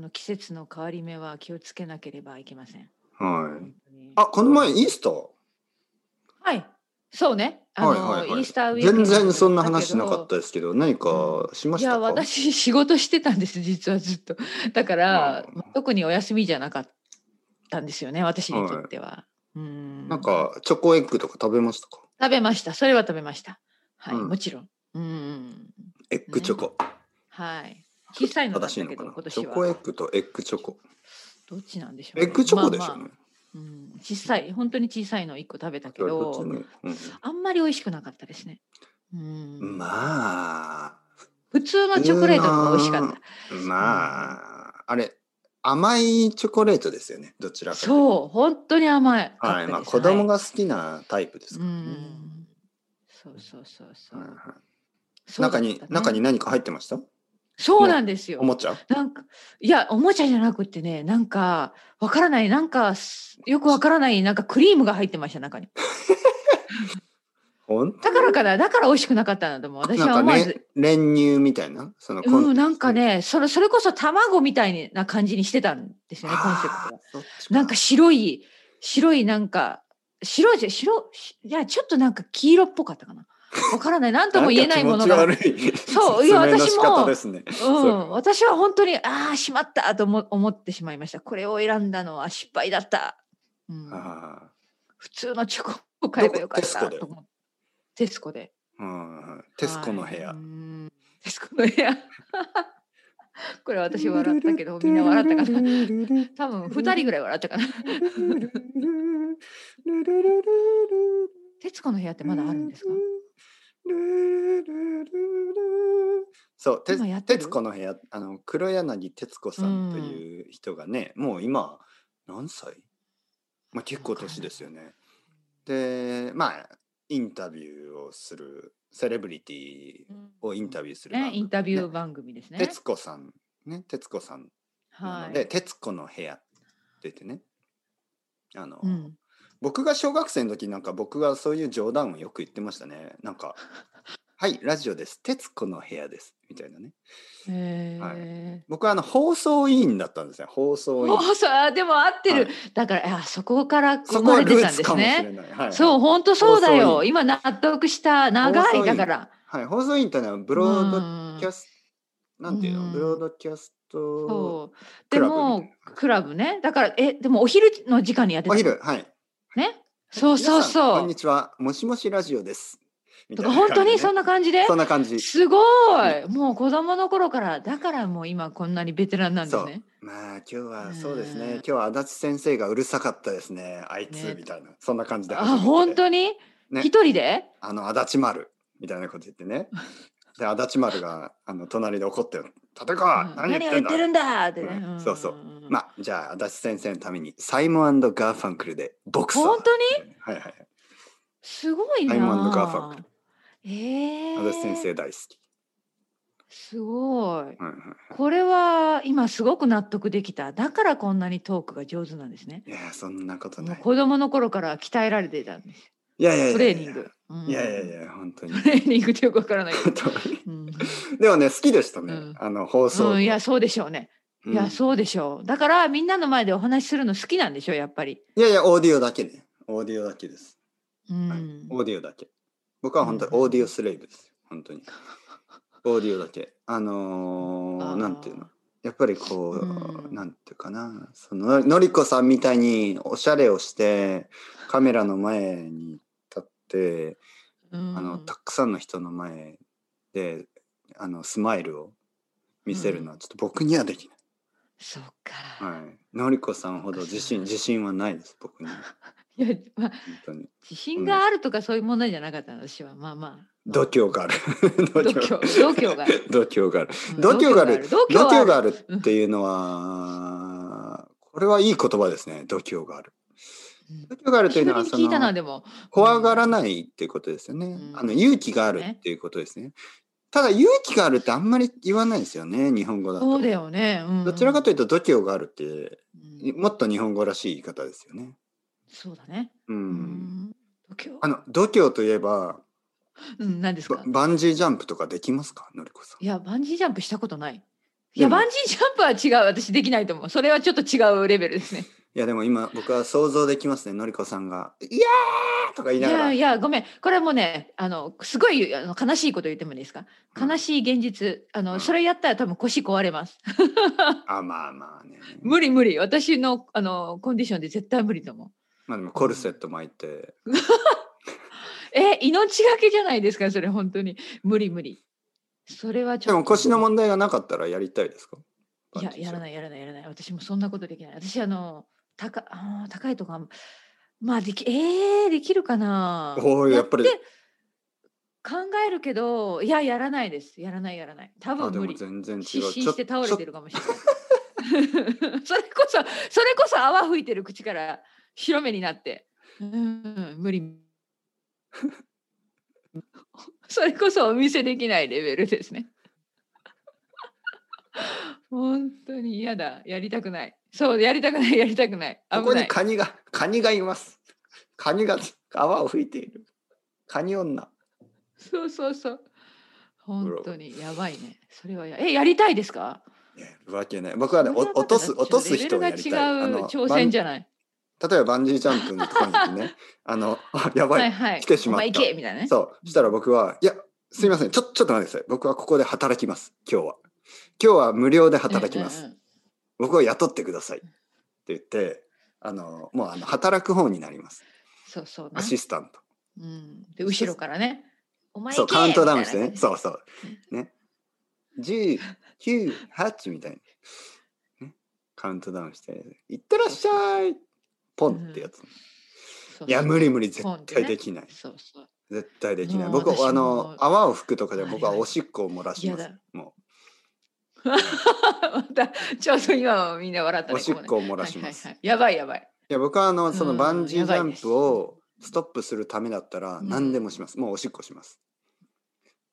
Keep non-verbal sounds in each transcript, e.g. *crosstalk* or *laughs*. の季節の変わり目は気をつけなければいけません。はい。本当にあ、この前イースター。はい、そうね。あの、はいはいはいイースターウィークエンド全然そんな話しなかっだけたですけど、何かしど。まいしたか。や私仕事してたんです実はずっとだから、うん特にお休みじゃなかったんですよね私にとっては、うんなんかチョコエッグとか食べましたか。食べましたそれは食べましたはい、うんもちろんうんエッグチョコ。はい小さいのだ正っしいたけのかどな。今チ年ョコエッはグとエッグチョコ。どっちなんでしょうエッグチョコでしまょあうまあね。うん、小さい本当に小さいの1個食べたけそれはこどっちねあんまり美味しくなかったですね。うんうんまあ。普通のチョコレートの方が美味しかった。まあ、あれ、甘いチョコレートですよね、どちらかといそう、本当に甘い。うと。はい、まあ、子が供が好きなタイプですうからね。ん。そうそうそうそう。はいはいそうだ中ったねに、中に何か入ってました。そうなんですよお。もちゃ。なんかいやおもちゃじゃなくってねなんかわからないなんかすよくわからないなんかクリームが入ってました中にほん。だからかなだから美味しくなかったなと思う私はなん思かわねず、練乳みたいな、その。コンうんなんか。ねそれそれこそ卵みたいな感じにしてたんですよねコンセプトはあーそっちなんか白い、白いなんか、白いじゃ、白、しいや、ちょっとなんか黄色っぽかったかな。わからない。なんとも言えないものが。なんか気持ち悪いそういや説明の仕方私もですねうそん。私は本当に、ああ、しまったと思思ってしまいました。これを選んだのは失敗だった。うん、あ普通のチョコを買えばよかったどこテスコでと思う。テスコで。ーうんテスコの部は屋い。うんテスコの部屋。これ私笑ったけど、みんな笑った *laughs* かな。多分2人ぐらい笑ったかな。テスコの部屋ってまだあるんですかそう、て今やってる徹子の部屋、あの黒柳徹子さんという人がね、もう今何歳？まあ結構年ですよね。で、まあインタビューをするセレブリティをインタビューする番ね、組インタビューね番組ですね。徹子さんね、徹子さんなはので、い。徹子の部屋って言ってね、あの、うん、僕が小学生の時なんか僕がそういう冗談をよく言ってましたねなん *laughs* か「はいラジオです徹子の部屋です」みたいなねへはいえ。僕はあの放送委員だったんですよ放送委員もうさでも合ってる、はいだからいやそこからそ生こまはれルてーたんツでかすもしれね。ない、はい、そう本当そうだ放送よ。委員今納得した長放送委いだ員から。はい、放送委員ってのはブロードうんキャスなんていうの、うんブロードキャストそうクでラブみたいなもクラブねだからえでもお昼の時間にやってたお昼はいね。そうそう皆さんそこんうに。ちはもしもしラジオですみとたいかな本当にそんなな感じでそ。んな感じすごい。もう子供の頃からだからもう今こんなにベテランなんですね。まあ今日はそうですうんね今日は足立先生がうるさかったですねあいねつみたいな、そんな感じであ本当にね一人であの足立丸みたいなこと言ってねで足立 *laughs* 丸があの隣で怒ってる「立川、うん何何を言って言んっだてるんだってね、うんそうそうんんんまあじゃあ足立先生のためにサイモンガーファンクルでボクサー本当にはいはいはいすごいなタイムアンドガーファンクええ足立先生大好き、すごいうんうんこれは今すごく納得できただからこんなにトークが上手なんですねいやそんなこともなうい子供の頃から鍛えられてたんですいやいやいやトレーニングいやいやいうんや本当にトレーニングってよくわからないけど、うん *laughs* でもね好きでしたね、うんあの放送、うんいやそうでしょうね、うんいやそうでしょうだからみんなの前でお話しするの好きなんでしょうやっぱりいやいや、オーディオだけね。オーディオだけです。うん、はいオーディオだけ。僕は本当にうんオーディオスレイブです。*laughs* 本当に。オーディオだけ。あのーあーなんていうのやっぱりこう、うんなんていうかな。その、のりこさんみたいにおしゃれをして、カメラの前に立って、うんあの、たくさんの人の前で、あの、スマイルを見せるのはちょっと僕にはできない。そっか、はい。のりこさんほど自信、自信はないです、僕には。い、やまあ本当に。自信があるとかそういう問題じゃなかったの私はまあまあ度 *laughs* 胸がある。度度胸度胸がある度胸がある。うん度胸がある。度度胸胸ががああるるっていうのは、これはいい言葉ですね。度胸がある。うん度胸があるというのは、久しぶそりに聞いたなの、でも怖がらないっていうことですよねう。んあの、勇気があるっていうことですね。ただ、勇気があるってあんまり言わないですよね、日本語だそうと。だよね、うんどちらかというと、度胸があるって、うんもっと日本語らしい言い方ですよね。そうだねう。うんん度あ胸の、度胸といえば、うん何ですバかバンジージャンプとかできますかのりこさん。いやバンジージャンプしたことないいや、でもバンジージャンプは違う。私できないと思う。それはちょっと違うレベルですね。いやでも今僕は想像できますねのりこさんが「いやー!」とか言いいながらやいや、ごめん。これもね、あの、すごいあの悲しいこと言ってもいいですかうん悲しい現実。あの、うんそれやったら多分腰壊れます。あまあまあね無理無理。私の、あの、コンディションで絶対無理と思う。まあでもコルセット巻いてえ、命がけじゃないですか、それ、本当に。無理無理。それはちょでっと。も腰の問題がなかったらやりたいですかいや、やらないい、やらない、やらない。私もそんなことできない。私、あの、高あー高いとか、まあ、でき、えー、できるかな。おーやっぱりて考えるけど、いや、やらないです。やらない、やらない。多あ分で無も理。全然違う失神ちょして倒れてちるかもしれない。 *laughs* それこそ、それこそ泡吹いてる口から白目になって、うん、無理。 *laughs* それこそお見せできないレベルですね。 *laughs* 本当に嫌だ。やりたくない。そう、やりたくない、やりたくない。ょこ危こなにい。カニがカニがいますカニが泡を吹いているカニ女そうそうそう。本当にやばいね。それはや、え、やりたいですか。いややるわけない僕はねそおんなこ落とすな落とすレベ人ルをがや違うりたいあの挑戦じゃない。バン例えばバンジージャンプのとこに行ってね *laughs* あのあやばい、はいはい。来てしまったお前行けみたいなね。そうしたら僕は「いやすいませんちょちょっと待ってください僕はここで働きます今日は今日は無料で働きます、うんうんうん僕を雇ってください」って言ってあのもうあの働く方になりますそうそうなア。シスタントうん。で後ろからね。お前そう行けカウントダウンしてねみたいそうそうね1098みたいな、ね、カウントダウンして「いってらっしゃい!」ポンってやつ、な感じいや無理無理絶ポンって対ねできない、そうそう。絶対できないもう僕私もあの泡を吹くとかで僕ははいはいおしっこを漏らします嫌だも *laughs* またちょうど今もみんな笑ったうね。おしっここを漏こねらしますはいはいはいやばいやばい。いや僕はあのそのうんバンジージャンプやをストップするためだったらうん何でもします、もうおしっこします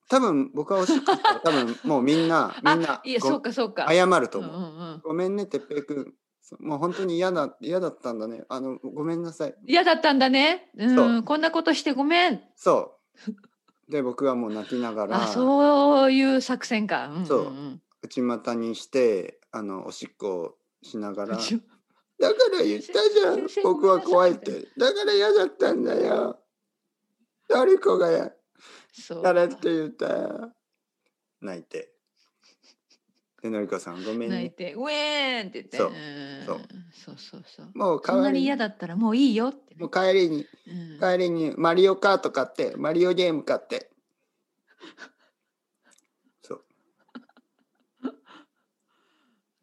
多分僕はおしっこしたら *laughs* 多分もうみんなみんなあいやごそうかそうか。謝ると思う、うんうんうん。ごめんね哲平君そもう本当に嫌だ嫌だったんだねあのごめんなさい嫌だったんだね。そううん。こんなことしてごめん。そうで僕はもう泣きながあらそういう作戦か。うんそうん内股にしてあのおしっこをしながうん。らちょだから言ったじゃん先生僕は怖いってだから嫌だったんだよのりこがや *laughs* そうか。誰って言ったよ泣い *laughs* てでのりこさんごめん泣いねて、ウェーンって言って。そうんそそううそうそう。もう代そんわなにりに嫌だったらもういいよってね。もう帰りにうん帰りにマリオカート買ってマリオゲーム買ってそう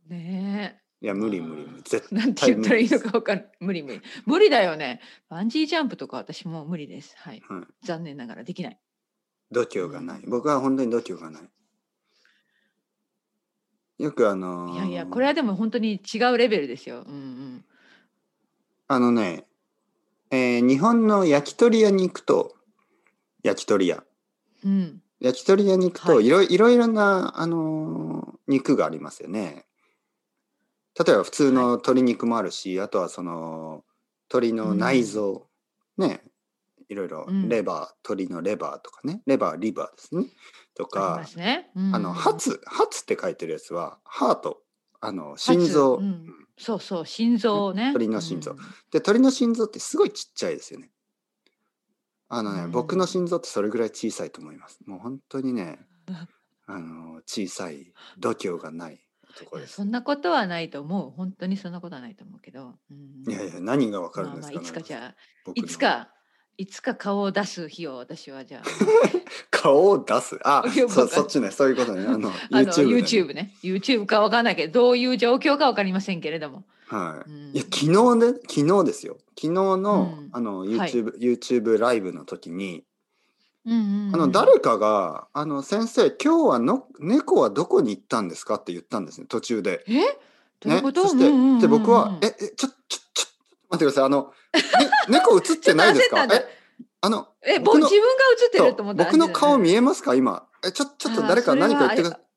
ねいや無理無理無理絶え。なんて対言っ無たらい理いでのすか分からん。無理無理。無理だよね。バンジージャンプとか私もう無理です。はい。はい残念ながらできない。度胸がない僕は本当に度胸がないよくあのいーやいや、これはでも本当に違うレベルですよ。うんうん。あのね、えー日本の焼き鳥屋に行くと、焼き鳥屋。うん。焼き鳥屋に行くと、はいいろいろいろな、あのー肉がありますよね。例えば普通の鶏肉もあるし、あとはその鶏の内臓、ね、いろいろうんレバー、鶏のレバーとかね、レバー、リバーですね。とありかま、すね。うんあの、ハツ、ハツって書いてるやつは、ハート、あの、心臓、ハツうんそうそう、心臓ね。鳥の心臓うん。で鳥の心臓ってすごいちっちゃいですよね。あのね、うん僕の心臓ってそれぐらい小さいと思います。もう本当 *laughs* にね、あの小さい度胸がない男いでや *laughs* すそ。んなことはないと思う。本当にそんなことはないと思うけど。うんいやいや何がわかるんですか、まあまあいつかじゃあ、僕いのつか、いつか顔を出す日を私はじゃあ。顔を出す。 *laughs* あ、よくそわうかるそっちね、そういうことね。あの *laughs* あの YouTube でね YouTube ね YouTube かわかんないけどどういう状況かわかりませんけれども、はうい。んいや昨日ね、昨日ですよ。昨日の、うんあのはい YouTube、YouTube ライブの時に、うんうんうんあの誰かがあの先生今日はの猫はどこに行ったんですかって言ったんですね途中で。えどういうこと、ね、そして、うんうんうんうんで僕は「ええちょちょちょ待ってくださいあの、 *laughs* ね、猫映ってないですかちょっと焦ったんえあのえぼ僕の自分が映ってると思った僕の顔見見えますか今えちょちょっとあー誰そかれは何か言ってくあれださ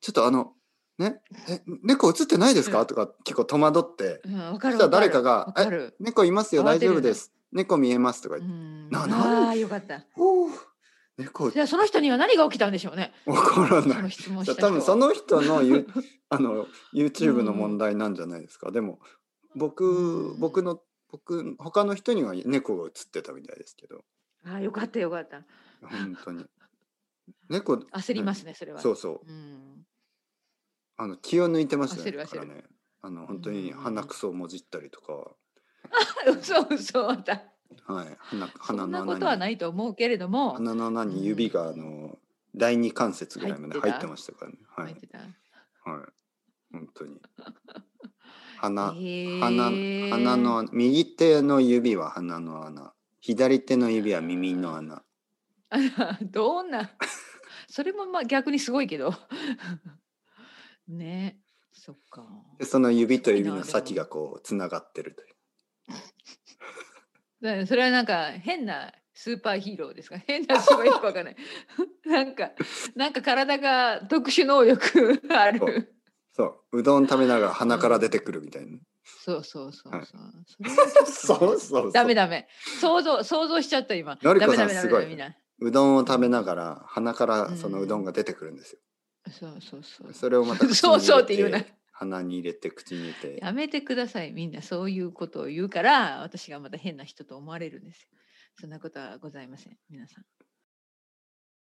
いちょっとあのねえ猫映ってないですか?」とか結構戸惑ってうんわかるそしわたら誰るかがわかる「猫いますよ慌大てる丈よね夫です猫見えます」とか言ってうんなあなーよかった「おー猫じゃあその人には何が起きたんでしょ *laughs* うね。わからそなのい。質問した人は多分その人のゆ *laughs* あの YouTube の問題なんじゃないですか。でも僕うん僕の僕他の人には猫が映ってたみたいですけど、あーよかったよかった。本当に猫 *laughs* 焦りますねそれは。そうそううん。 *laughs* あの気を抜いてましたね。焦るだからね。あの本当に鼻くそをもじったりとか、あ嘘嘘また。はい鼻そ鼻んなのことは穴にないと思うけれども。鼻の穴うんに指があの第二関節ぐらいまで入ってた入ってましたからね。は入いってたはい本当に *laughs* 鼻へー鼻鼻の右手の指は鼻の穴左手の指は耳の穴あ *laughs* どんなそれもまあ逆にすごいけど *laughs* ねそっかでその指と指の先がこうつながってるというだからそれはなんか変なスーパーヒーローですか *laughs* 変なスーパーヒーローかわかんない *laughs* なんかなんか体が特殊能力 *laughs* あるそううどん食べながら鼻から出てくるみたいな、そうそうそうはいそう、それはちょっと *laughs* そうそうそうダメダメ想像想像しちゃった今のりこさダんメダメすごいダメダメうどんを食べながら鼻からそのうどんが出てくるんですよ、みんなそうそうそ *laughs* うそれをまた口に入れてそうそうって言うな鼻に入れて口に入れてやめてください。みんなそういうことを言うから、私がまた変な人と思われるんですよ。そんなことはございません。皆さん。